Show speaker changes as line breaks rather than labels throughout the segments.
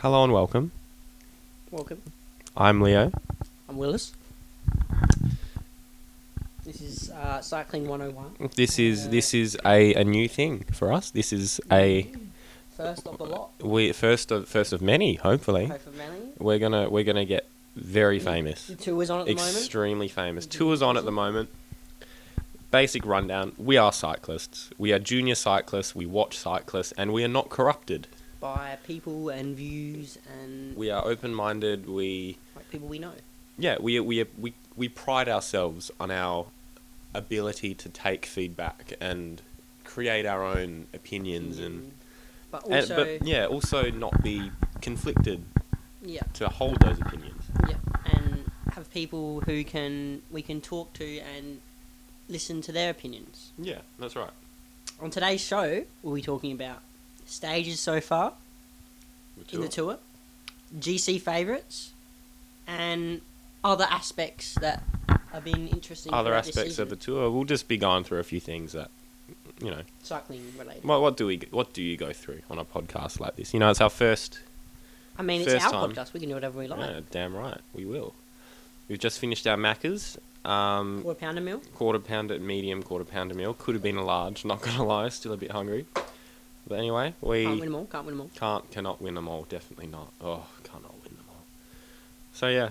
Hello and welcome.
Welcome.
I'm Leo.
I'm Willis. This is uh, Cycling 101.
This is this is a, a new thing for us. This is a
First of the lot.
we first of first of many. Hopefully,
Hope of Manly.
we're gonna we're gonna get very famous,
The tour is on at the moment.
extremely famous. Tours on at the moment. Basic rundown: We are cyclists. We are junior cyclists. We watch cyclists, and we are not corrupted.
By people and views and
We are open-minded. We
like people we know.
yeah, we we we we pride ourselves on our ability to take feedback and create our own opinions and,
But
and
Mm. also,
but yeah, also not be conflicted
yeah,
to hold those opinions.
yeah, and have people who can we can talk to and listen to their opinions.
Yeah, that's right.
On today's show, we'll be talking about stages so far in the tour, GC favourites, and other aspects that have been interesting.
Other
throughout this
aspects of the
season,
tour, we'll just be going through a few things that you know.
cycling related.
What, what do we what do you go through on a podcast like this? You know, it's our first
I mean, it's
first
our
time.
podcast. We can do whatever we like.
Yeah, damn right, we will. We've just finished our Maccas. Um,
Quarter pounder meal.
quarter pounder medium quarter pounder meal could have been a large not gonna lie still a bit hungry but anyway we
Can't
can't,
win them all. Can't win them all.
cannot win them all definitely not oh cannot win them all so yeah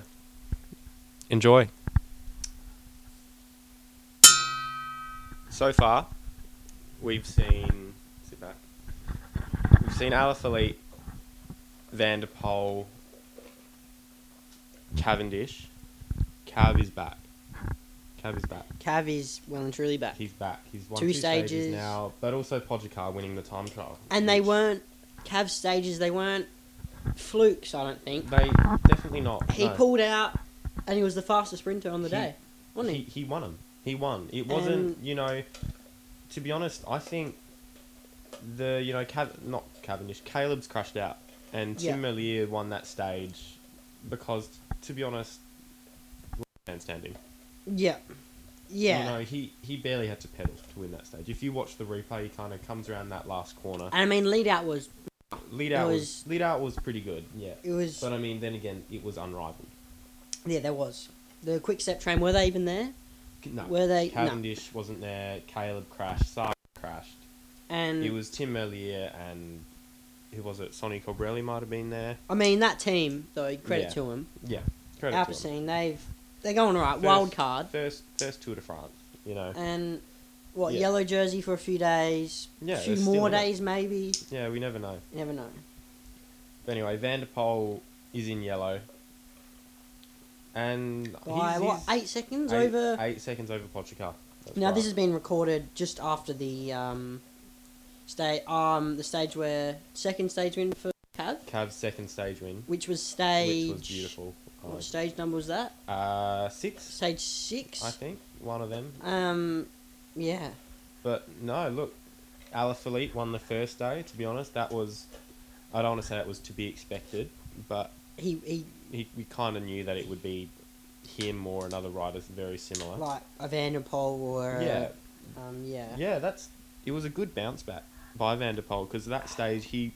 enjoy so far we've seen sit back we've seen Alaphilippe Vanderpool Cavendish Cav is back Cav is back
Cav is well and truly back,
He's back. He's won
Two
two, stages.
stages.
now, but also Podjakar winning the time trial.
and they
which-
weren't Cav stages. They weren't flukes. I don't think
They definitely not.
he
no.
pulled out, and he was the fastest sprinter on the
He-
day, wasn't
He,
he?
he won them. He won.
Um,
It wasn't. you know, to be honest, I think the you know Cav- not Cavendish. Caleb's crashed out, and Tim
Yeah.
Merlier won that stage because, to be honest, man standing.
Yeah, yeah.
You know, he he barely had to pedal to win that stage. If you watch the replay, he kind of comes around that last corner.
and I mean, lead out was
Lead out was,
was-
lead out was pretty good. Yeah.
it was
But uh, I mean, then again, it was unrivaled.
yeah. There was the quick step train. Were they even there?
No,
Were they- no.
Cavendish wasn't there. Caleb crashed. Saga crashed.
And
It was Tim Merlier and who was it? Sonny Cobrelli might have been there.
I mean, that team though. Credit
Yeah.
to them.
Yeah, credit to him.
Alpecin, they've they're going alright.
First-
Wild card
First, first Tour de France. You know.
and what
Yeah.
yellow jersey for a few days.
Yeah,
a few
they're still
more
in it.
days maybe.
Yeah, we never know.
You never know.
But anyway, Vanderpool is in yellow. And
By
he's-
what
he's
eight seconds
eight-
over?
eight seconds over Pochakar.
now this has been recorded just after the um, stage um the stage where second stage win for Cav,
Cav's second stage win,
which was stage.
which was beautiful.
What stage number was that?
Uh, six,
Stage six.
I think, one of them.
Um, yeah.
But no, look, Alaphilippe won the first day. To be honest, that was I don't want to say that was to be expected, but
He he
he, we kind of knew that it would be him or another rider very similar.
like a Vanderpool or a-
yeah,
um yeah
yeah, that's it was a good bounce back by Vanderpool because that stage he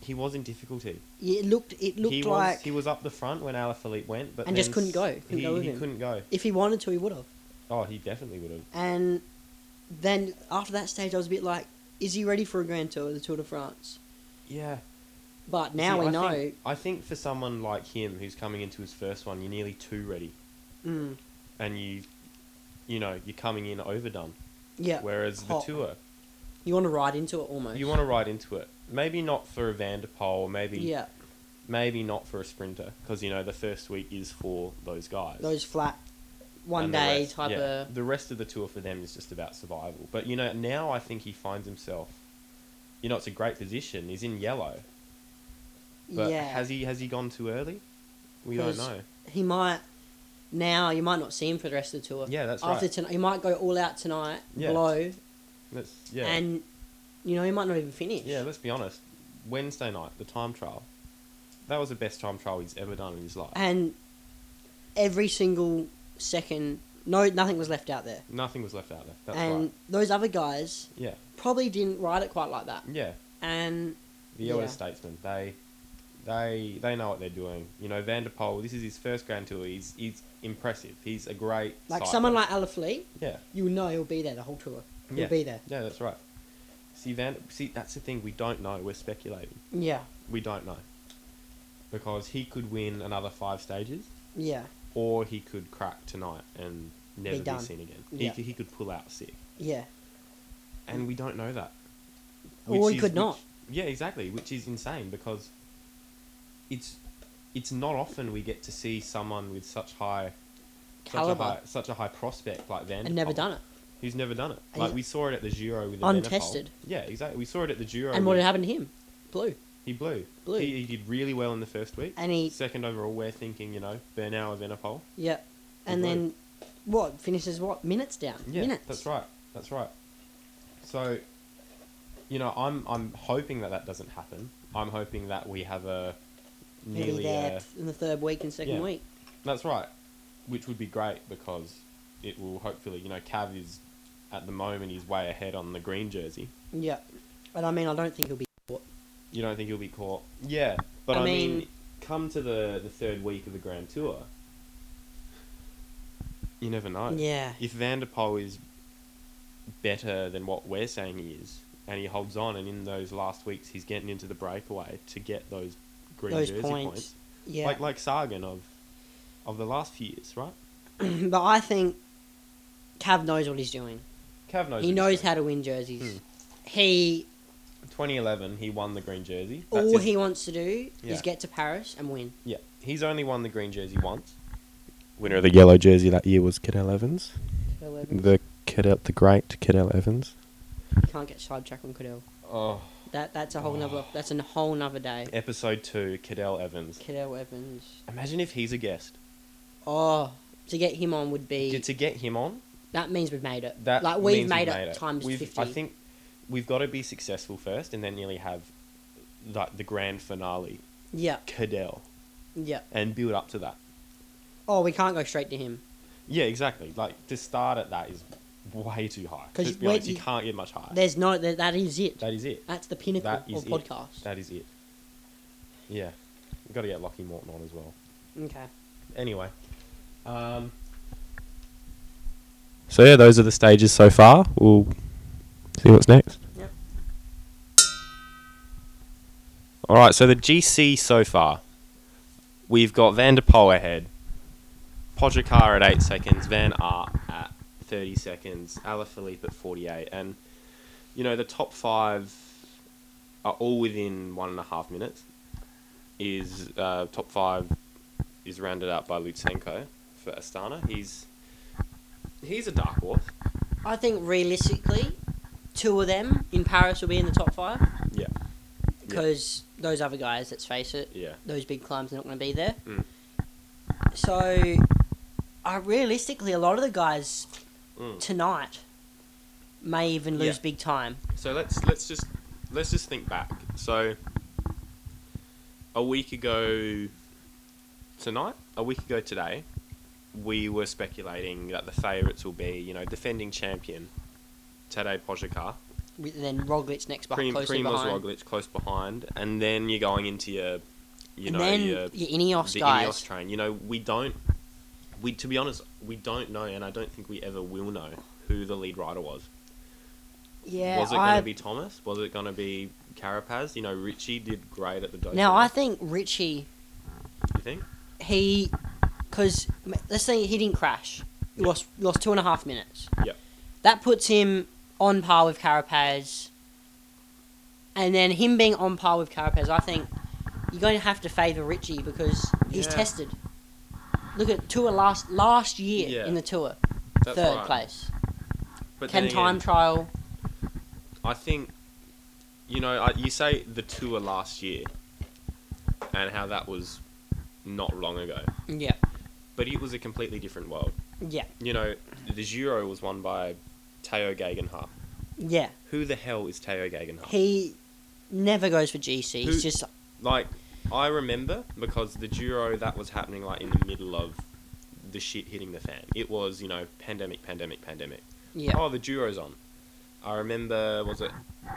he was in difficulty.
Yeah, It looked it looked
he
like
was he was up the front when Alaphilippe went, but
And just
then
couldn't
s-
go, couldn't
he
go with
he
him.
couldn't go.
if he wanted to, he would have.
Oh, he definitely would have.
And then after that stage, I was a bit like, is he ready for a Grand Tour, the Tour de France?
Yeah,
But now
See,
we
I
know.
Think, I think for someone like him who's coming into his first one, you're nearly too ready.
mm,
and you you know you're coming in overdone
yeah,
whereas
Hot.
the tour
you want to ride into it almost.
you want to ride into it maybe not for a vanderpool maybe
yeah,
maybe not for a sprinter because you know the first week is for those guys
those flat one
And the
day
rest-
type
yeah.
of.
the rest of the tour for them is just about survival but you know now i think he finds himself you know it's a great position he's in yellow but
yeah,
has he has he gone too early we don't
Because-
know
he might. Now you might not see him for the rest of the tour.
Yeah, that's
After
right.
tonight, he might go all out tonight,
Yeah.
blow,
that's yeah
and you know he might not even finish.
Yeah, let's be honest. Wednesday night, the time trial. That was the best time trial he's ever done in his life.
and every single second, no, nothing was left out there.
Nothing was left out there. That's
and
right.
those other guys
Yeah,
probably didn't ride it quite like that.
yeah.
And
The elder
Yeah.
statesmen, they They they know what they're doing. You know, Vanderpool. This is his first Grand Tour. He's he's impressive. He's a great
Like
cyclist.
someone like Alif Lee,
yeah
you know he'll be there the whole tour. He'll
yeah
be there.
yeah that's right. See Van see that's the thing we don't know. We're speculating.
Yeah,
We don't know because he could win another five stages,
yeah,
or he could crack tonight and never be,
done.
seen again.
Yeah.
He, c- he could pull out sick,
yeah.
and we don't know that.
Or
Which
he could
which-
not.
Yeah, exactly. Which is insane because it's it's not often we get to see someone with such high such a
Caliber.
high, such a high prospect like Vanderpool.
And never done it.
Who's never done it?
And
Like
he's
we saw it at the Giro with
untested.
Evenepoel. Yeah, exactly. We saw it at the Giro.
And what
with-
had happened to him? Blue.
He blew.
Blew.
He, he did really well in the first week.
And he-
second overall. We're thinking, you know, Bernal Evenepoel.
Yeah. And
Blue.
then what? Finishes what? Minutes down.
Yeah,
Minutes.
that's right. That's right. So, you know, I'm I'm hoping that that doesn't happen. I'm hoping that we have a
He'll be
nearly
there
a,
in the third week and second
Yeah.
week.
That's right, which would be great because it will hopefully, you know, Cav is at the moment he's way ahead on the green jersey.
Yeah. But I mean, I don't think he'll be caught.
You don't think he'll be caught? Yeah, but
I
I, mean,
mean-
come to the the third week of the Grand Tour, you never know.
Yeah.
If Vanderpoel is better than what we're saying he is, and he holds on, and in those last weeks he's getting into the breakaway to get those green
Those
jersey
points.
points,
Yeah.
like like Sagan of of the last few years, right?
but I think Cav knows what he's doing.
Cav knows.
he knows how to win jerseys.
Hmm.
He
2011, he won the green jersey. That's
all
his-
he wants to do
Yeah.
is get to Paris and win.
Yeah, he's only won the green jersey once. Winner of the yellow jersey that year was Cadell Evans. The Cadell, the great Cadell Evans.
Can't get sidetracked on Cadell.
Oh,
That that's a whole nother that's a whole nother day.
episode two, Cadell Evans.
Cadell Evans.
Imagine if he's a guest.
Oh, to get him on would be
To, to get him on,
that means we've made it.
that
like we've
means
made,
we've
it, times
We've-
fifty.
I think we've got to be successful first, and then nearly have like the grand finale,
Yeah,
Cadell,
yeah.
and build up to that.
Oh, we can't go straight to him
Yeah, exactly. Like to start at that is way too high.
'Cause
To
you-
be honest,
where-
you can't get much higher.
There's no that, that is it.
That is it.
That's the pinnacle
That is
of
it.
podcast.
That is it. Yeah. We've got to get Lockie Morton on as well.
okay.
Anyway. Um, so, yeah, those are the stages so far. We'll see what's next.
Yep.
All right, so the GC so far. We've got Van der Poel ahead, Podjakar at 8 seconds, Van Aert at 30 seconds, Alaphilippe at 48. And, you know, the top five are all within one and a half minutes. Is uh, top five is rounded out by Lutsenko for Astana. He's he's a dark horse.
I think realistically, two of them in Paris will be in the top five
Yeah,
because those other guys, let's face it,
yeah,
those big climbs are not going to be there.
Mm.
So, I realistically, a lot of the guys
Mm.
tonight may even lose
Yeah.
big time.
So let's let's just let's just think back. So a week ago tonight, a week ago today, we were speculating that the favourites will be you know defending champion Tadej Pogacar,
With- Then Roglic next, but
Prim,
closely
Primoz
behind,
Roglic close behind, and then you're going into your you know
and then
your
your Ineos
the
guys.
Ineos train. You know, we don't. We to be honest, we don't know, and I don't think we ever will know who the lead rider was.
yeah,
was it
I,
going to be Thomas? Was it going to be Carapaz? You know, Richie did great at the Dauphiné.
now I think Richie
you think
he because let's say he didn't crash. He
Yep.
lost lost two and a half minutes.
Yep.
That puts him on par with Carapaz. And then him being on par with Carapaz, I think you're going to have to favour Richie because he's
Yeah.
tested. Look at tour last last year
Yeah.
in the tour,
That's
third
right.
place.
But
Can
then
time
again,
trial?
I think you know I, you say the tour last year, and how that was not long ago,
Yeah,
but it was a completely different world.
yeah,
You know, the Giro was won by Teo Gegenhardt.
yeah.
Who the hell is Teo Gegenhardt?
He never goes for GC.
Who-
He's just
like I remember because the Giro that was happening like in the middle of the shit hitting the fan. It was you know pandemic, pandemic, pandemic.
yeah,
Oh, the Giro's on. I remember was it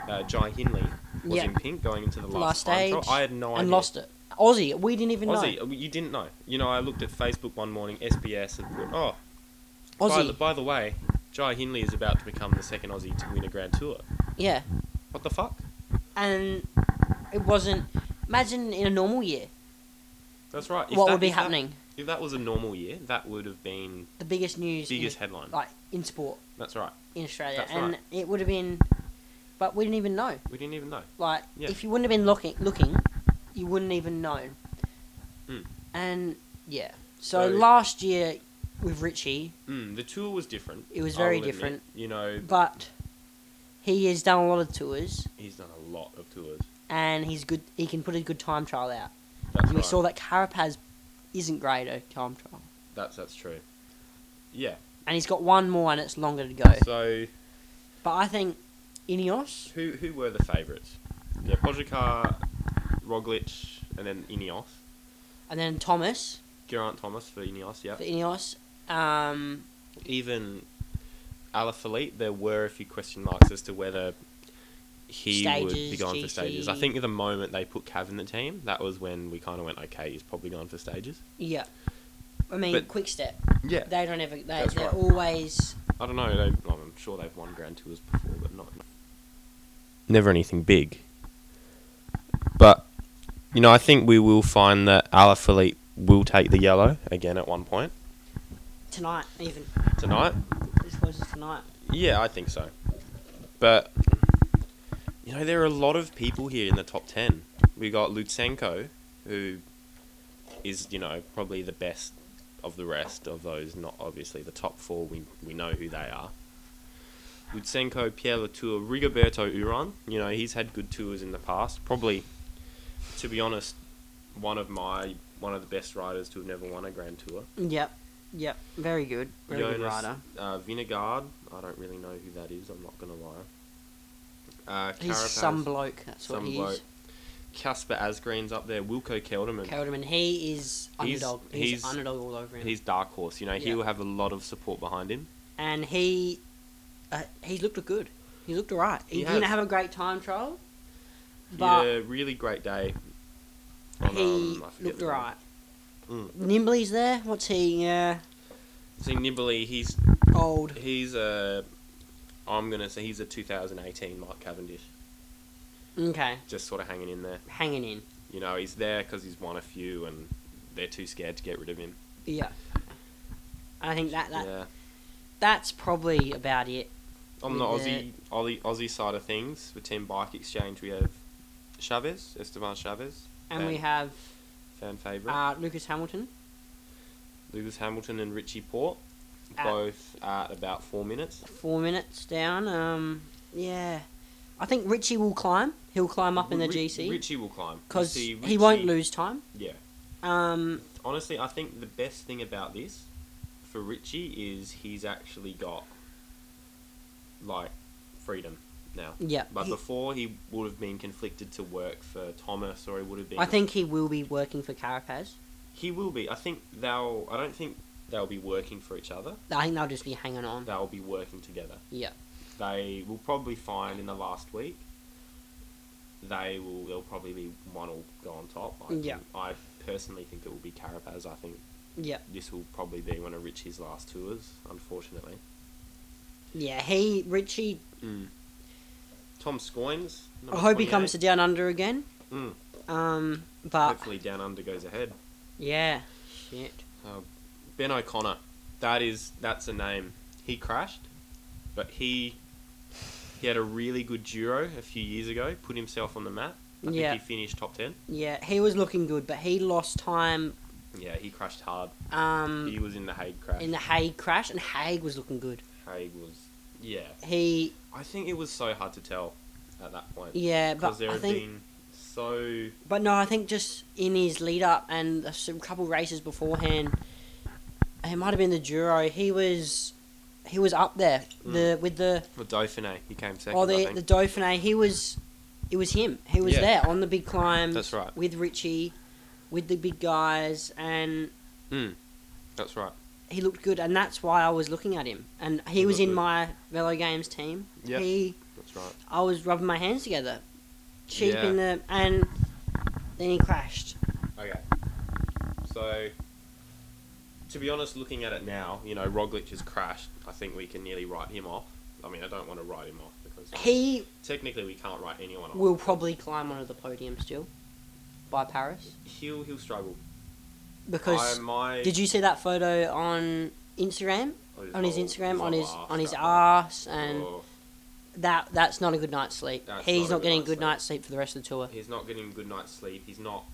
uh, Jai Hindley was
Yeah.
in pink going into the last,
last
time trial.
stage
I had no
and
idea.
lost it. Aussie. We didn't even
Aussie,
know.
uh, you didn't know. You know, I looked at Facebook one morning, SBS, and put, oh, By, the,
Aussie.
by the way, Jai Hindley is about to become the second Aussie to win a Grand Tour.
Yeah.
What the fuck?
And it wasn't. Imagine in a normal year,
That's right. If
what
that-
would be
if that-
happening?
if that was a normal year, that would have been
The biggest news. in-
biggest headline.
like in sport
That's right.
in Australia,
That's
and
right.
it would have been. But we didn't even know.
We didn't even know.
Like,
Yeah.
if you wouldn't have been looking, looking, you wouldn't even known.
Mm.
And yeah, so,
So-
last year with Richie,
Mm, the tour was different.
It was
I
very
will admit.
different.
you know,
but he has done a lot of tours,
he's done a lot of tours.
and he's good. He can put a good time trial out.
That's
we
right.
saw that Carapaz isn't great at time trial,
That's that's true. Yeah.
and he's got one more, and it's longer to go.
So
But I think Ineos,
who who were the favourites? Yeah, Pogacar, Roglic, and then Ineos.
and then Thomas
Geraint Thomas for Ineos. Yeah.
for Ineos. Um,
even Alaphilippe, there were a few question marks as to whether he would be
Stages,
gone for stages. I
GC.
think at the moment they put Cav in the team, that was when we kind of went, okay, he's probably gone for stages.
yeah, I mean,
But-
Quick Step.
Yeah,
They don't ever. They, they're
That's right.
always.
I don't know. They, well, I'm sure they've won Grand Tours before, but not never anything big. But you know, I think we will find that Alaphilippe will take the yellow again at one point
Tonight, even.
tonight.
This was tonight.
Yeah, I think so. But you know, there are a lot of people here in the top ten. We got Lutsenko, who is you know probably the best of the rest of those. Not obviously the top four. We we know who they are. Lutsenko, Pierre Latour, Rigoberto Uran. You know he's had good tours in the past. Probably, to be honest, one of my one of the best riders to have never won a Grand Tour.
Yep. Yep. Very good. Very good
Jonas,
rider.
Uh, Vinegard. I don't really know who that is. I'm not gonna lie. Uh,
He's
Carapaz,
some bloke. That's
some
what he
bloke.
is.
Casper Asgreen's up there. Wilco Kelderman.
Kelderman. He is
He's-
underdog. He's,
he's-
underdog all over him.
He's dark horse. You know
Yeah.
he will have a lot of support behind him.
and he, uh, he's looked good. He looked alright. He,
He
didn't
has.
have a great time trial,
Yeah,
but
really great day. on,
he
um, I forget
looked
the name.
alright. Hmm.
Mm.
Nimbly's there. What's he? Yeah,
See Nibley, he's
old.
he's a. I'm gonna say he's a 2018 Mike Cavendish,
Okay,
just sort of hanging in there.
hanging in.
You know he's there because he's won a few and they're too scared to get rid of him.
Yeah, I think that that
yeah.
that's probably about it.
On the
with
Aussie, Aussie Aussie side of things, for Team Bike Exchange, we have Chavez, Esteban Chavez,
And
fan,
we have
fan favourite,
uh, Lucas Hamilton.
Lucas Hamilton and Richie Port,
At-
both at about four minutes.
four minutes down. Um, yeah, I think Richie will climb. He'll climb up in the
Ri-
GC
Richie will climb
because
See,
he won't
Richie-
lose time.
Yeah,
Um,
honestly, I think the best thing about this for Richie is he's actually got like freedom now.
yeah,
But
he-
before he would have been conflicted to work for Thomas, or he would have been.
I think he will be working for Carapaz.
He will be. I think they'll. I don't think they'll be working for each other.
I think they'll just be hanging on.
They'll be working together.
Yeah,
They will probably find in the last week. They will. They'll probably be one will go on top. I think-
Yeah.
I personally think it will be Carapaz. I think
yeah,
this will probably be one of Richie's last tours. Unfortunately.
yeah. He Richie.
Tom Scoins.
I
number
hope he comes to
28.
down under again.
Mm.
Um, but
Hopefully, down under goes ahead.
yeah, shit.
Ben O'Connor. That is that's a name. He crashed, but he he had a really good Giro a few years ago. Put himself on the map. I
Yeah.
think he finished top ten.
Yeah, he was looking good, but he lost time.
Yeah, he crashed hard.
Um,
He was in the Hague crash.
in the Hague crash, and Hague was looking good.
Hague was yeah.
He
I think it was so hard to tell at that point
yeah,
because
but
there
I
have
think
been so
But no, I think just in his lead up and a s- couple races beforehand, it might have been the Duro. He was, he was up there the with the
the Dauphiné. He came Hmm. second.
or
I
the
think.
the Dauphiné. He was, it was him. He was
Yeah.
there on the big climb.
That's right.
With Richie, with the big guys, and
That's right.
he looked good. And that's why I was looking at him. And he,
He
was
looked
in
good.
my Velo Games team.
Yep.
He
That's right.
I was rubbing my hands together, cheap
Yeah.
in the, and then he crashed.
So, to be honest, looking at it now, you know, Roglic has crashed. I think we can nearly write him off. I mean, I don't want to write him off because
He
technically we can't write anyone off.
will probably climb onto the podium still by Paris
he'll he'll struggle.
because
I, my,
did you see that photo on Instagram? On his
whole-
Instagram,
whole
on his
arse
on his
going.
ass, and
Oh,
that that's not a good night's sleep.
That's
He's
not a
not
good
getting a
night's
good
sleep.
night's sleep for the rest of the tour.
he's not getting good night's sleep. He's not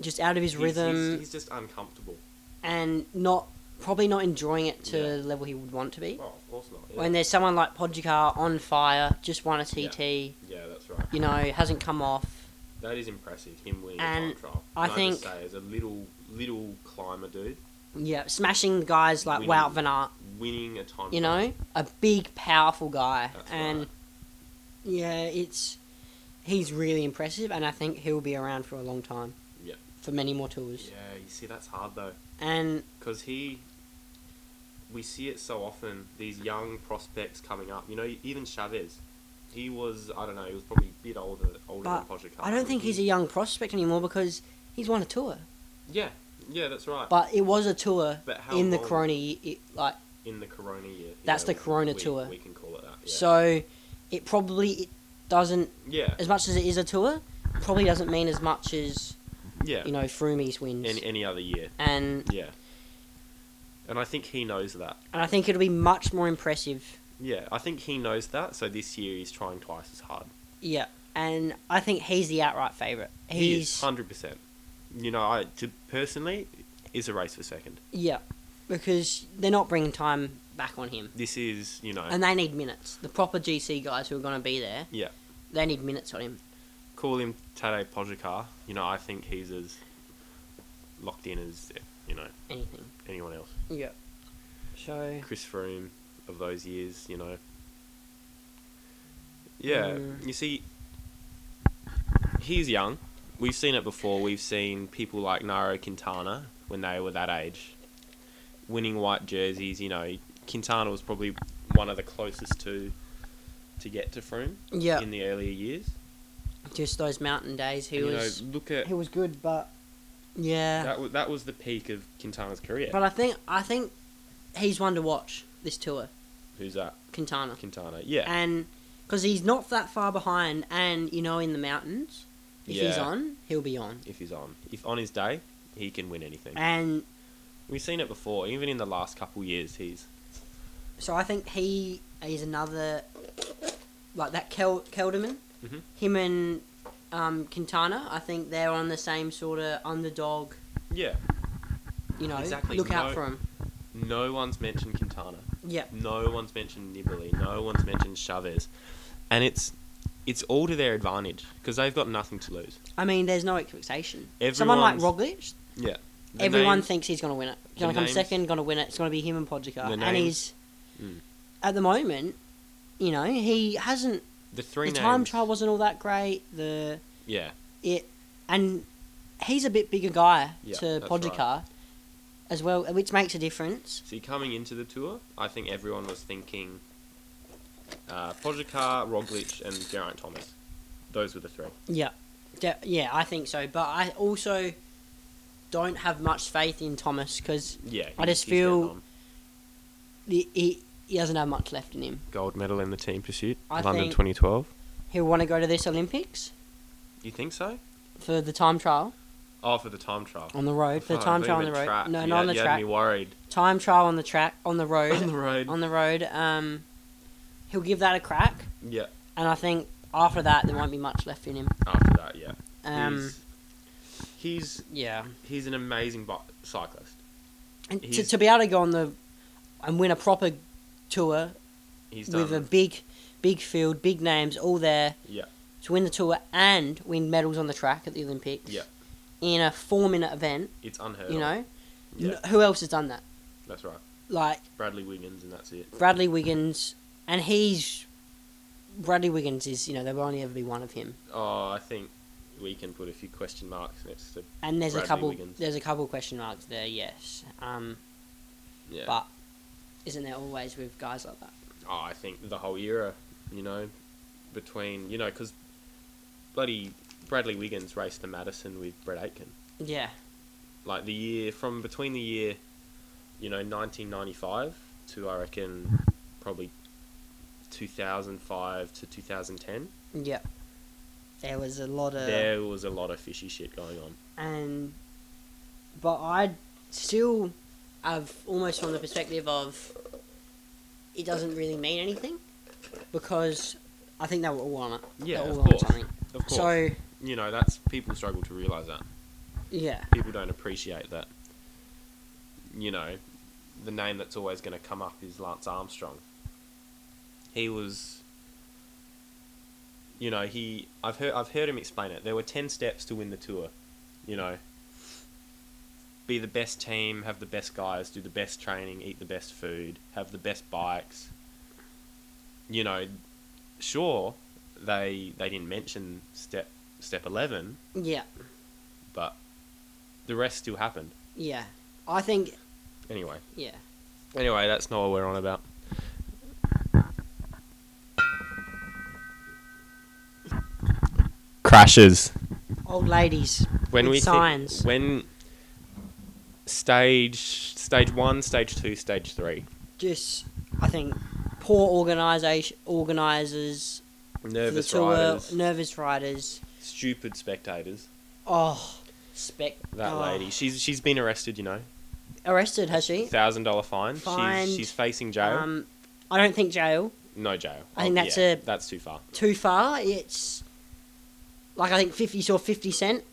Just out of his
he's,
rhythm.
He's, he's just uncomfortable.
and not probably not enjoying it to
Yeah.
the level he would want to be.
Well, of course not. Yeah,
When there's someone like Podjakar on fire, just won a TT,
Yeah, that's right.
you know, hasn't come off.
That is impressive. Him winning a
And
time trial.
I
Can just
think-
say, as a little little climber dude,
Yeah, smashing guys like
Winning.
Wout Van Aert,
winning a time.
you
trial.
know, a big, powerful guy,
That's
and
right.
yeah, it's he's really impressive, and I think he'll be around for a long time.
Yeah.
for many more tours,
Yeah, you see, that's hard though.
and
because he we see it so often these young prospects coming up you know even chavez he was i don't know he was probably a bit older older
But
than Pogacar.
I don't think he's a young prospect anymore because he's won a tour,
yeah yeah that's right
but it was a tour
But how
in the
long-
Corona, y- it, like.
in the corona year you
That's the
we-
Corona
we-
tour.
we can call it that yeah.
So it probably it doesn't
yeah
as much as it is a tour, probably doesn't mean as much as
yeah
you know Frumi's wins.
any, any other year
and
yeah and i think he knows that
and I think it'll be much more impressive.
yeah i think he knows that so this year he's trying twice as hard
Yeah. And I think he's the outright favourite.
he is
He's
100% you know i to personally is a race for second
yeah, because they're not bringing time back on him,
this is you know
and they need minutes. The proper GC guys who are going to be there,
yeah
they need minutes on him.
call him Tadej Pogacar. You know, I think he's as locked in as you know
Anything.
anyone else.
Yeah. So
Chris Froome of those years, you know. Yeah,
Mm.
you see, he's young. We've seen it before. We've seen people like Nairo Quintana when they were that age, winning white jerseys. You know, Quintana was probably one of the closest to to get to Froome
yeah,
in the earlier years.
just those mountain days. He
And, you
was
know, look at
he was good, but yeah.
That was, that was the peak of Quintana's career.
But I think I think he's one to watch this tour,
Who's that?
Quintana,
Quintana. Yeah.
and because he's not that far behind, and you know in the mountains, if he's
Yeah.
on, he'll be on.
If he's on. If on his day, he can win anything.
And
We've seen it before. Even in the last couple years, he's.
so I think he is another like that Kel- Kelderman,
Mhm.
him and um, Quintana. I think they're on the same sort of underdog.
Yeah.
You know,
Exactly,
look out
no- e
for him.
No one's mentioned Quintana.
Yeah,
No one's mentioned Nibali. No one's mentioned Chavez. And it's it's all to their advantage because they've got nothing to lose.
I mean, there's no expectation. Someone like
Everyone's-
Roglic,
Yeah. The
Everyone
names-
thinks he's going to win it. He's going to come
names-
second, going to win it. It's going to be him and Podjakar.
The
And
names-
he's,
Mm.
at the moment, you know, he hasn't.
the three
the time
names-
trial wasn't all that great. The
Yeah.
it, and he's a bit bigger guy
Yeah,
to
that's
Podjakar, as well, which makes a difference.
See, coming into the tour, I think everyone was thinking uh, Pogacar, Roglic, and Geraint Thomas. Those were the three.
Yeah, De- yeah, I think so. But I also don't have much faith in Thomas because
Yeah.
I just
he's getting
feel-
on.
he, he he doesn't have much left in him.
gold medal in the team pursuit,
I
London
think-
2012.
He'll want to go to this Olympics
You think so?
for the time trial
Oh, for the time trial.
on the road. For
Oh,
the
I
time
thought you
trial on the
meant
road.
track.
No,
You
not
had-
on the
you
track.
Had me worried.
time trial on the track on the road
On the road.
on the road um he'll give that a crack
yeah.
and i think after that there won't be much left in him
After that, yeah.
um
he's, he's
yeah
he's an amazing bi- cyclist.
and to,
he's-
to be able to go on the and win a proper tour
He's done.
with a big big field big names all there
Yeah.
to win the tour and win medals on the track at the olympics
Yeah.
in a four minute event
It's unheard.
you
of.
know
Yeah,
N- who else has done that
that's right.
like
Bradley Wiggins, and that's it.
bradley wiggins and he's bradley wiggins is you know there will only ever be one of him
Oh, I think we can put a few question marks next to.
And there's a
Bradley
couple.
Wiggins.
There's a couple question marks there. Yes, um,
Yeah.
but isn't there always with guys like that?
oh, I think the whole era, you know, between you know, because bloody Bradley Wiggins raced the Madison with Brett Aitken.
Yeah,
like the year from between the year, you know, 1995 to I reckon probably 2005 to 2010.
Yeah. There was a lot of
There was a lot of fishy shit going on.
and but I still have almost from the perspective of it doesn't really mean anything because I think they were all on it.
Yeah,
they were
of
all on
course.
something.
Of course,
So
you know that's people struggle to realize that.
yeah,
People don't appreciate that. You know, the name that's always going to come up is Lance Armstrong. He was. You know, he. I've heard. I've heard him explain it. There were ten steps to win the tour. You know. Be the best team, have the best guys, do the best training, eat the best food, have the best bikes. You know, sure, they they didn't mention step step eleven,
yeah,
but the rest still happened
yeah. I think
anyway.
yeah.
Anyway, that's not what we're on about. Crashes.
Old ladies
When
with
we thi-
signs.
when stage stage one, stage two, stage three.
just I think poor organisation organisers, for the
Nervous
tour,
riders,
nervous riders.
stupid spectators.
Oh, spec
That
oh.
lady, she's she's been arrested. You know,
arrested has she?
thousand dollar fine.
Fined,
She's she's facing jail.
Um, I don't think jail.
no jail. Oh,
I think that's a-
that's too far.
too far. It's like I think 50 saw 50 Cent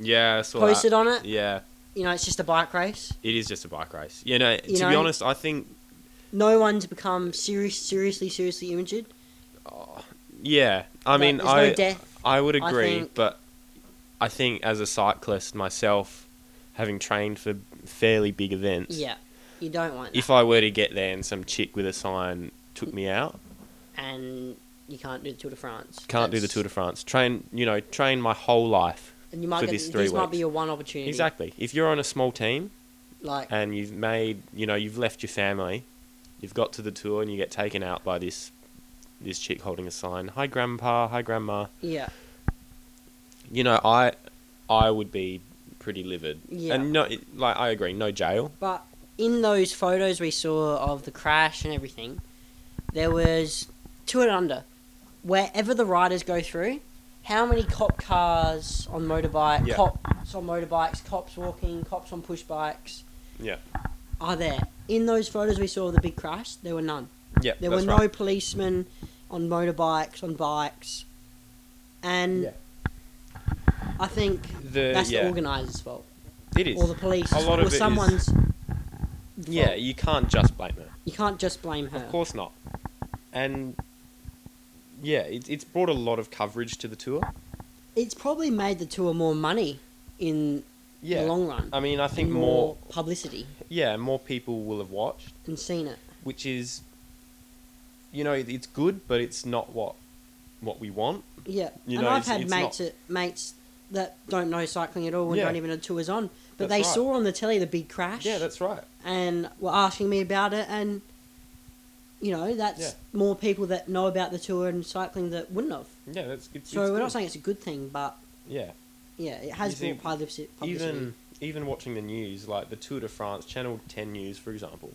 Yeah, I saw that.
posted on it.
Yeah,
You know, it's just a bike race.
it is just a bike race. You know, to
You
be
know-
honest, I think
No one's become serious, seriously, seriously injured.
Yeah, I
Like,
mean,
there's
I
no death.
I would agree,
think-
but I think as a cyclist myself, having trained for fairly big events,
Yeah, you don't want that,
if I were to get there and some chick with a sign took me out,
and you can't do the Tour de France.
can't do the Tour de France. Train, you know, train my whole life.
France. And you might
for
get
this
this,
three
might
weeks.
be your one opportunity.
Exactly. If you're on a small team
Like
and you've made, you know, you've left your family, you've got to the tour and you get taken out by this this chick holding a sign. Hi, grandpa. Hi, grandma.
yeah,
you know, I I would be pretty livid.
Yeah.
And no, it- like I agree, no jail.
but in those photos we saw of the crash and everything, there was two and under. Wherever the riders go through, how many cop cars on motorbike,
Yeah.
cops on motorbikes, cops walking, cops on push bikes
Yeah.
are there? In those photos we saw of the big crash, there were none.
Yeah.
There
that's
were no
right.
policemen on motorbikes, on bikes, and
Yeah.
I think
The-
that's
yeah.
the organisers' fault,
It is.
or the police,
A lot
or
of it is-
someone's.
yeah,
fault.
you can't just blame her.
You can't just blame her.
Of course not. And yeah, it, it's brought a lot of coverage to the tour.
It's probably made the tour more money in
Yeah.
the long run.
I mean, I think
and
more.
publicity
Yeah, more people will have watched,
and seen it.
which is, you know, it's good, but it's not what what we want.
Yeah,
You
and
know,
I've
it's-
had
it's
mates
not-
that, mates that don't know cycling at all and
Yeah.
don't even know tours on,
That's
but they
right.
saw on the telly the big crash.
Yeah, that's right.
and were asking me about it and you know that's
Yeah.
more people that know about the tour and cycling that wouldn't have
Yeah, that's. It's,
so
it's
we're
good.
not saying it's a good thing but
Yeah.
yeah it
You
has been
think
publicity, publicity.
even even watching the news, like the Tour de France, Channel Ten News, for example,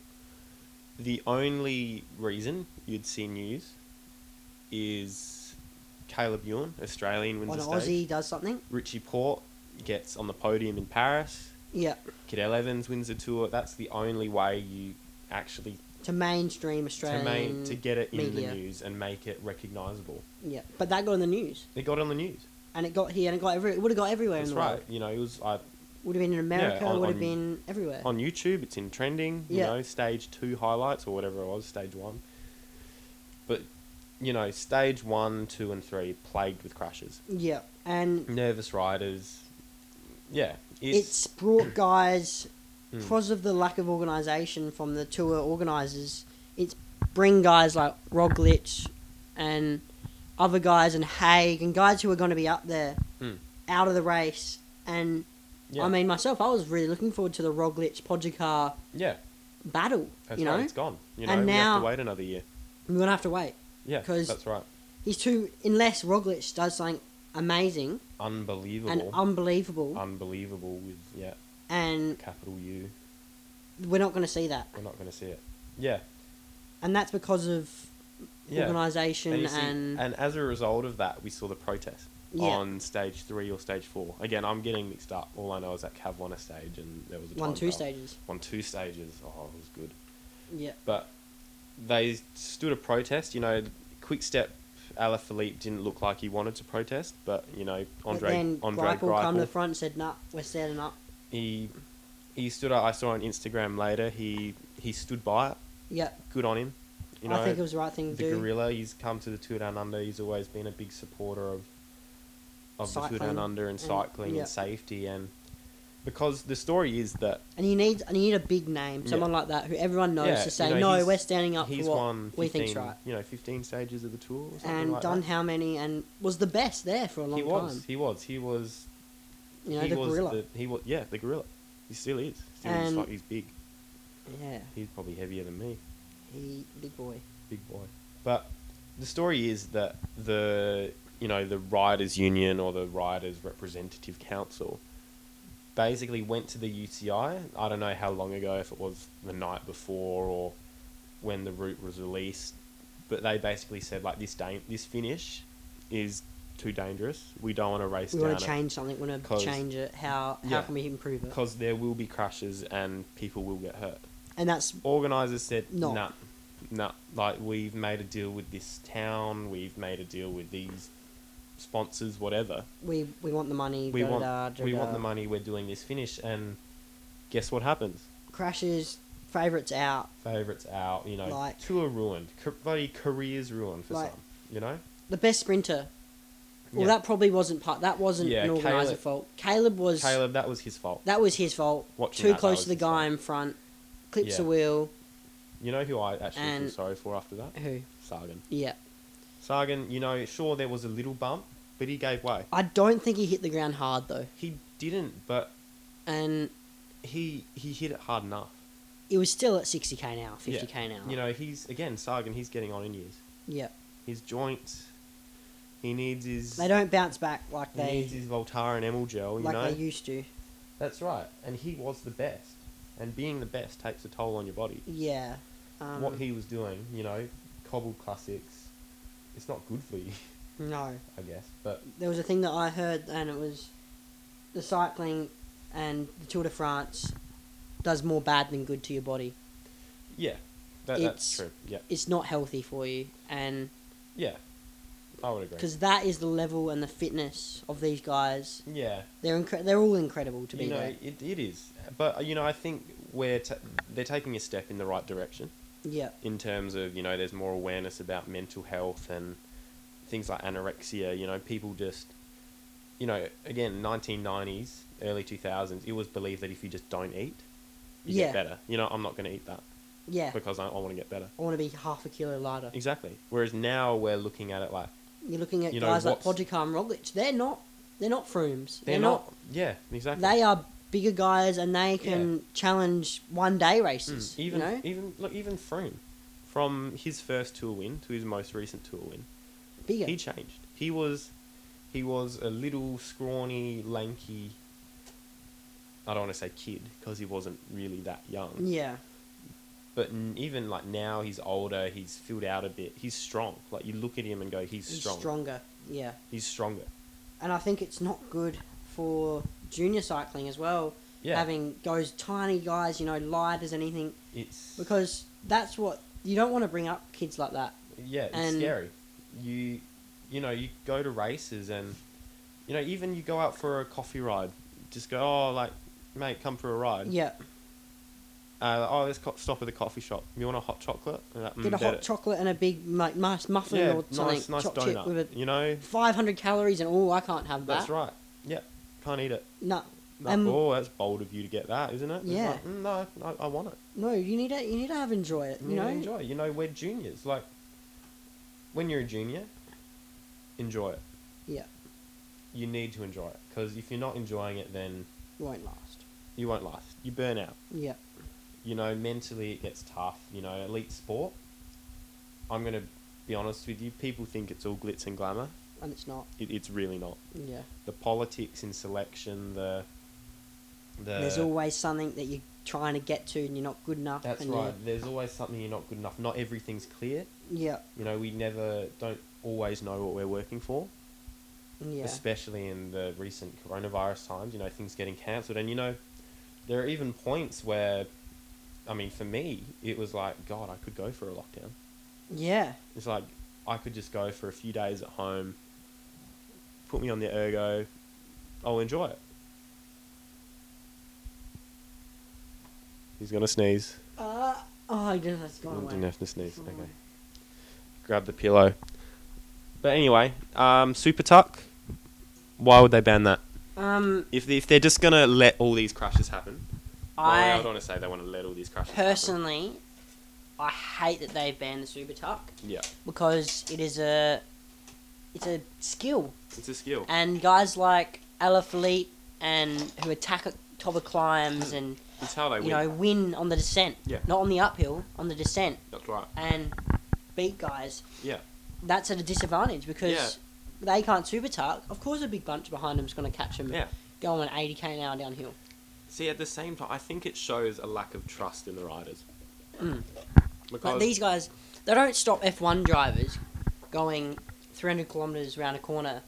the only reason you'd see news is Caleb Ewan, Australian, wins
when
the
an
stage.
aussie does something
Richie Port gets on the podium in Paris.
yeah
Cadell Evans wins the tour. That's the only way you actually
to mainstream
to,
australian
make, to get it in
media.
the news and make it recognisable.
yeah but that got in the news
It got on the news.
and it got here and it got every it would have got everywhere
That's
in the
right.
world
You know, it was I,
would have been in america
on-
would have
on-
been everywhere
on YouTube. It's in trending. You
Yeah.
know, stage two highlights or whatever it was, stage one. But you know, stage one, two, and three plagued with crashes,
yeah and
nervous riders. Yeah,
it's brought guys
Mm.
because of the lack of organisation from the tour organisers. It's bring guys like Roglic and other guys and Haig and guys who are going to be up there
Mm.
out of the race. And
yeah,
I mean, myself, I was really looking forward to the Roglic Podjakar
yeah.
battle.
That's
you
right.
know,
It's gone. You know,
and
we have
now-
to wait another year.
we're gonna have to wait.
Yeah,
'cause-
that's right.
He's too unless Roglic does something amazing
Unbelievable. Um,
and unbelievable
Unbelievable with yeah.
and and
Capital U.
we're not going to see that.
We're not going to see it. Yeah.
And that's because of
Yeah.
organisation
And,
and,
you see- and as a result of that, we saw the protest
Yeah.
on stage three or stage four. Again, I'm getting mixed up. All I know is that Cav won a stage and there was a
one
time
two
trial.
stages.
Won two stages. Oh, it was good.
Yeah,
But they stood a protest. You know, quick step. Alaphilippe didn't look like he wanted to protest, but you know, Andre
but then
Andre
Greipel come
Greipel
to the front and said, "Nah, we're standing up."
he he stood up. I saw on Instagram later. He he stood by it.
Yeah,
Good on him. You know,
I think it was the right thing to
the
do.
gorilla. He's come to the Tour Down Under. He's always been a big supporter of of the Tour
Cycling
Down Under and
and-
cycling and,
yeah.
safety and because the story is that
And you need and you need a big name,
Yeah.
someone like that who everyone knows
Yeah,
to say,
you know,
"No,
he's-
we're standing up
he's
for what
won 15,
we think's right,"
you know, 15 stages of the tour or something
and
like
done
that.
how many and was the best there for a long
he was,
time.
he was, he was,
You know,
he
the
was
gorilla.
The, he was, yeah, the gorilla. He still is. Still is
And-
like, he's big.
yeah,
He's probably heavier than me.
he big boy.
big boy. But the story is that the you know the riders union or the riders representative council basically went to the UCI. I don't know how long ago, if it was the night before or when the route was released, but they basically said like this da- this finish is too dangerous. We don't want to race
We
down
want to change something. We want to
'Cause-
change it. How how
Yeah.
can we improve it?
because there will be crashes and people will get hurt.
And that's
organizers said no
No.
no like we've made a deal with this town we've made a deal with these sponsors whatever
we we want the money.
we
da,
want
da, da,
we
da.
want the money we're doing this finish and guess what happens
Crashes, favorites out.
favorites out you know
Like-
tour ruined Ca- bloody careers ruined for
Like-
some you know
The best sprinter. Well,
Yeah.
that probably wasn't part. That wasn't
Yeah,
an organizer
Caleb-
fault. Caleb was.
Caleb that was his fault
That was his fault.
Watching
Too
that, that
close
was
to the
his
guy
fault.
in front. Clips
Yeah.
the wheel.
you know who I actually feel
And-
sorry for after that
Who?
Sagan
Yeah.
Sagan you know sure there was a little bump but he gave way
I don't think he hit the ground hard though,
he didn't but
and
he he hit it hard enough
it was still at sixty k an hour,
Yeah.
fifty k an hour.
You know, he's again Sagan. He's getting on in years.
Yeah.
His joints. He needs his.
They don't bounce back like
He needs
they
his Voltaren and Emil gel. You
like
know.
they used to.
That's right. And he was the best. And being the best takes a toll on your body.
Yeah. Um,
what he was doing, you know, cobbled classics. It's not good for you,
No.
I guess. But
there was a thing that I heard, and it was the cycling and the Tour de France does more bad than good to your body.
yeah, that, that's
It's-
true. Yeah,
It's not healthy for you, and
yeah. I would agree.
because that is the level and the fitness of these guys,
Yeah.
they're incre- they're all incredible to be
you know,
there.
it, it is. But uh, you know, I think we're ta- they're taking a step in the right direction.
Yeah,
in terms of you know there's more awareness about mental health and things like anorexia you know people just you know again 1990s early 2000s it was believed that if you just don't eat you
Yeah.
get better you know i'm not going to eat that
yeah.
because i, I want to get better
I want to be half a kilo lighter.
exactly whereas now we're looking at it like
You're looking at
You know,
guys like
what's-
Podjakar and Roglic. They're not they're not Frooms.
they're, not, yeah exactly
They are bigger guys, and they can challenge one day races.
Mm, even
you know,
even look even Froome from his first tour win to his most recent tour win
bigger.
he changed. He was he was a little scrawny, lanky. I don't want to say kid because he wasn't really that young.
yeah.
But n- even like now, he's older. He's filled out a bit. He's strong. Like you look at him and go, he's,
He's
strong.
stronger. Yeah.
He's stronger.
And I think it's not good for junior cycling as well,
Yeah.
having those tiny guys, you know, light as anything,
it's
because that's what you don't want to bring up kids like that.
yeah, it's
and-
scary. You you know you go to races and you know even you go out for a coffee ride. Just go oh like mate come for a ride.
Yeah,
Uh, oh let's co- stop at the coffee shop. You want a hot chocolate? And that,
get
"Mm,
a hot
better."
chocolate and a big like nice muffin or something,
nice, nice
chopped
donut.
chip with a
You know,
500 calories and oh, I can't have that.
that's right. Yeah, can't eat it.
No,
Like,
Um,
oh, that's bold of you to get that, isn't it? It's
Yeah.
like, "Mm, no, no, I want it.
no, you need to you need to have enjoy it. You
You
know,
enjoy. it. You know, we're juniors. Like, when you're a junior, enjoy it.
Yeah.
You need to enjoy it because if you're not enjoying it, then
it won't last.
you won't last. You burn out.
Yeah,
You know, mentally it gets tough. You know, elite sport. I'm gonna be honest with you. People think it's all glitz and glamour.
and it's not.
It, it's really not.
Yeah,
the politics in selection, the
There's
The-
always something that you're trying to get to and you're not good enough.
That's
and
right. There's always something you're not good enough. Not everything's clear.
Yeah,
You know, we never don't always know what we're working for,
yeah.
especially in the recent coronavirus times. You know, things getting cancelled, and you know, there are even points where, I mean, for me, it was like, God, I could go for a lockdown.
Yeah,
It's like I could just go for a few days at home. Put me on the ergo. I'll enjoy it. He's gonna sneeze.
Uh, oh, yeah, that's gone
You
away.
didn't have to sneeze.
Gone away.
Okay. Grab the pillow. But anyway, um, Super Tuck. Why would they ban that?
Um,
If they, if they're just gonna let all these crashes happen, I, I
I
don't want to say they want to let all these crashes happen.
personally, I hate that they've banned the super tuck
Yeah,
because it is a, it's a skill,
it's a skill.
and guys like Ala Philippe and who attack at top of climbs and
It's how they
you
win.
know win on the descent,
Yeah.
not on the uphill, on the descent,
That's right.
and beat guys.
Yeah.
That's at a disadvantage because.
Yeah.
They can't super tuck. Of course, a big bunch behind them's going to catch them
Yeah.
going 80k an hour downhill.
See, at the same time, I think it shows a lack of trust in the riders.
Mm.
Because
Like these guys, they don't stop F1 drivers going 300 kilometres around a corner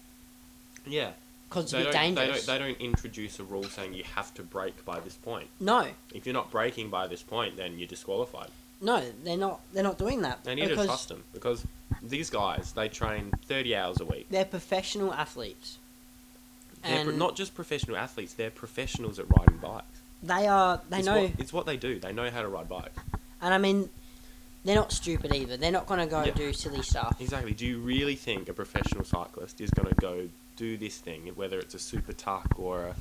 yeah,
because it's a
they
bit
don't, they
dangerous.
don't they don't introduce a rule saying you have to break by this point.
No,
If you're not breaking by this point, then you're disqualified.
no, they're not. They're not doing that.
They need
because
to trust them because these guys they train thirty hours a week.
They're professional athletes,
They're pro-
and
not just professional athletes; they're professionals at riding bikes.
they are. They
it's
know,
what, it's what they do. They know how to ride bikes.
and I mean, they're not stupid either. They're not going to go
Yeah.
do silly stuff.
Exactly. Do you really think a professional cyclist is going to go do this thing, whether it's a super tuck or a,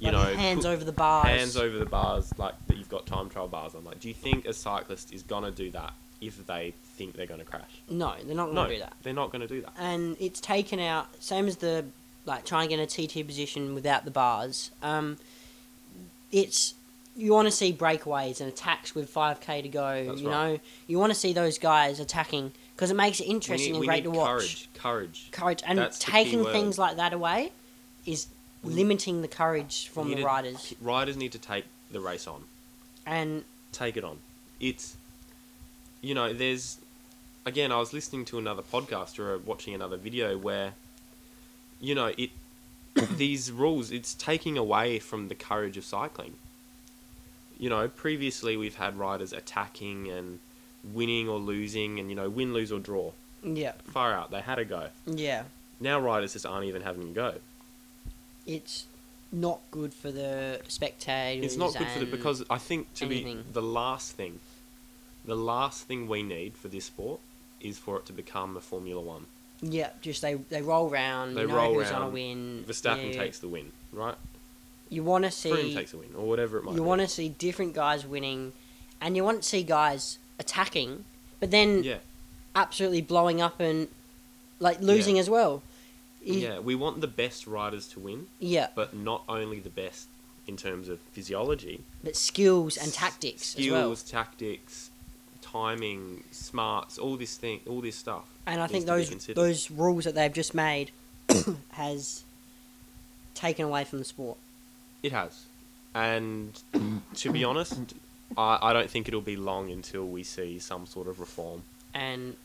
you
Bloody
know,
hands
put-
over the bars.
hands over the bars like that you've got time trial bars on? Like, do you think a cyclist is going to do that if they think they're going to crash?
No, they're not going to
No,
do that.
they're not going to do that.
and it's taken out same as the like trying to get in a TT position without the bars. Um, it's you want to see breakaways and attacks with 5k to go.
That's
you
right.
know, you want to see those guys attacking because it makes it
We
interesting
need,
and
we
great
need
to watch.
courage. Courage.
Courage and
That's the key
taking
word.
things like that away is
We-
limiting the courage from
We
the
need to-
riders.
Riders need to take the race on.
And
take it on. It's, you know, there's, again, I was listening to another podcast or watching another video where, you know, it, these rules, it's taking away from the courage of cycling. You know, previously we've had riders attacking and winning or losing and, you know, win, lose or draw.
yeah,
Far out, they had a go.
yeah,
Now riders just aren't even having a go.
it's not good for the spectators.
It's not good for the
and-
because I think to be
um, anything.
the last thing, the last thing we need for this sport is for it to become a Formula One.
yeah, just they they roll round.
They
you know
roll
who's gonna
round.
win.
Verstappen
yeah.
takes the win, right?
You want to
Froome
see
takes the win, or whatever it might.
you
be.
want to see different guys winning, and you want to see guys attacking, but then
Yeah,
absolutely blowing up and like losing
Yeah.
as well. You-
yeah. We want the best riders to win,
yeah,
but not only the best in terms of physiology,
but skills and
s-
tactics
skills,
as well.
tactics, timing, smarts, all this thing, all this stuff.
And I
needs
think
to be
those
considered.
those rules that they've just made has taken away from the sport.
It has. And to be honest, I, I don't think it'll be long until we see some sort of reform.
And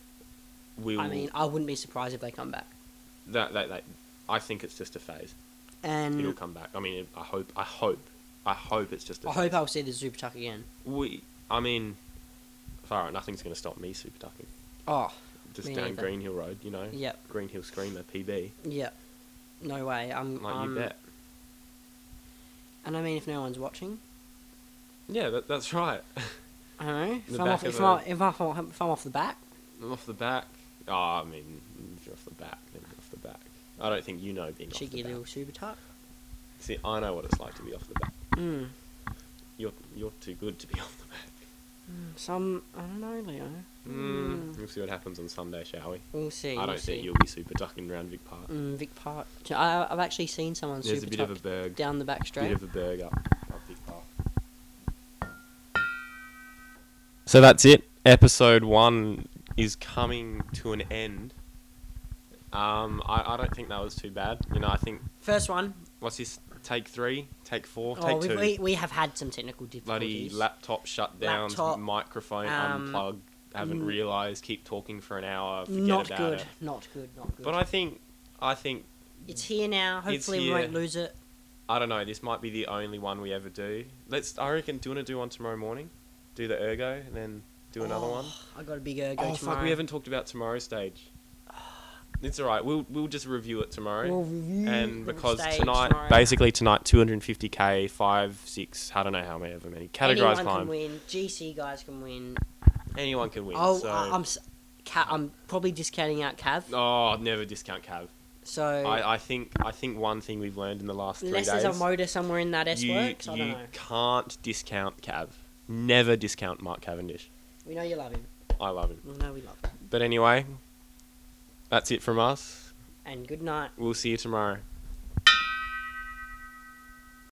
We will,
I mean, I wouldn't be surprised if they come back.
that, that, that, I think it's just a phase. It'll
And
come back. I mean, I hope, I hope, I hope it's just a
Mm. I hope I'll see the Super Tuck again.
We, I mean, far out, nothing's going to stop me super tucking.
Oh,
Just
Me
down
neither.
Green Hill Road, you know?
Yep.
Green Hill Screamer, PB.
yeah. No way. I'm.
Like,
I'm
you bet.
And I mean, if no one's watching,
Yeah, that, that's right.
I don't know.
The
If I'm,
back
off,
of
if,
a-
I'm, off- if, I'm off, if I'm off the back,
off the back. Oh, I mean, if you're off the back, then you're off the back. I don't think you know being off the
cheeky
back.
little super tuck.
See, I know what it's like to be off the back.
Mm.
You're you're too good to be off the back.
Some, I don't know, Leo.
Mm. We'll see what happens on Sunday, shall we?
We'll see.
I
we'll
don't
see.
think you'll be super ducking around Vic Park.
Mm, Vic Park. Do you know, I, I've actually seen someone
There's a
super
bit of a
tucked
berg,
down the back
bit
straight.
of a berg up, up Vic Park. So that's it. Episode one is coming to an end. Um, I, I don't think that was too bad. You know, I think
First one,
what's his take three, take four,
Oh,
take
we,
two.
we, we have had some technical
Bloody
difficulties.
laptop shutdowns,
Laptop,
microphone
um,
unplugged. Haven't
mm.
realised. Keep talking for an hour. Forget
not
about
good.
it.
Not good. Not good.
But I think, I think,
it's here now.
It's
Hopefully we
here.
won't lose it.
I don't know. This might be the only one we ever do. Let's. I reckon. Do you want to do one tomorrow morning? Do the ergo, and then do another
Oh,
one.
I got a big ergo
Oh
tomorrow.
fuck! We haven't talked about tomorrow's stage. It's all right. We'll we'll just review it tomorrow.
We'll review
and
the
because
stage
tonight,
tomorrow.
basically tonight, 250k, five, six, I don't know how many, however many
anyone
categorized
can
climb.
win. GC guys can win.
Anyone can win.
oh,
so,
I, I'm. s- Ca- I'm probably discounting out Cav.
oh, I'd never discount Cav.
So
I, I think I think one thing we've learned in the last three
unless
days,
there's a motor somewhere in that S
you
works, I
you
don't know.
can't discount Cav. Never discount Mark Cavendish.
We know you love him.
I love him.
We know we love him.
But anyway, that's it from us.
And good night.
We'll see you tomorrow.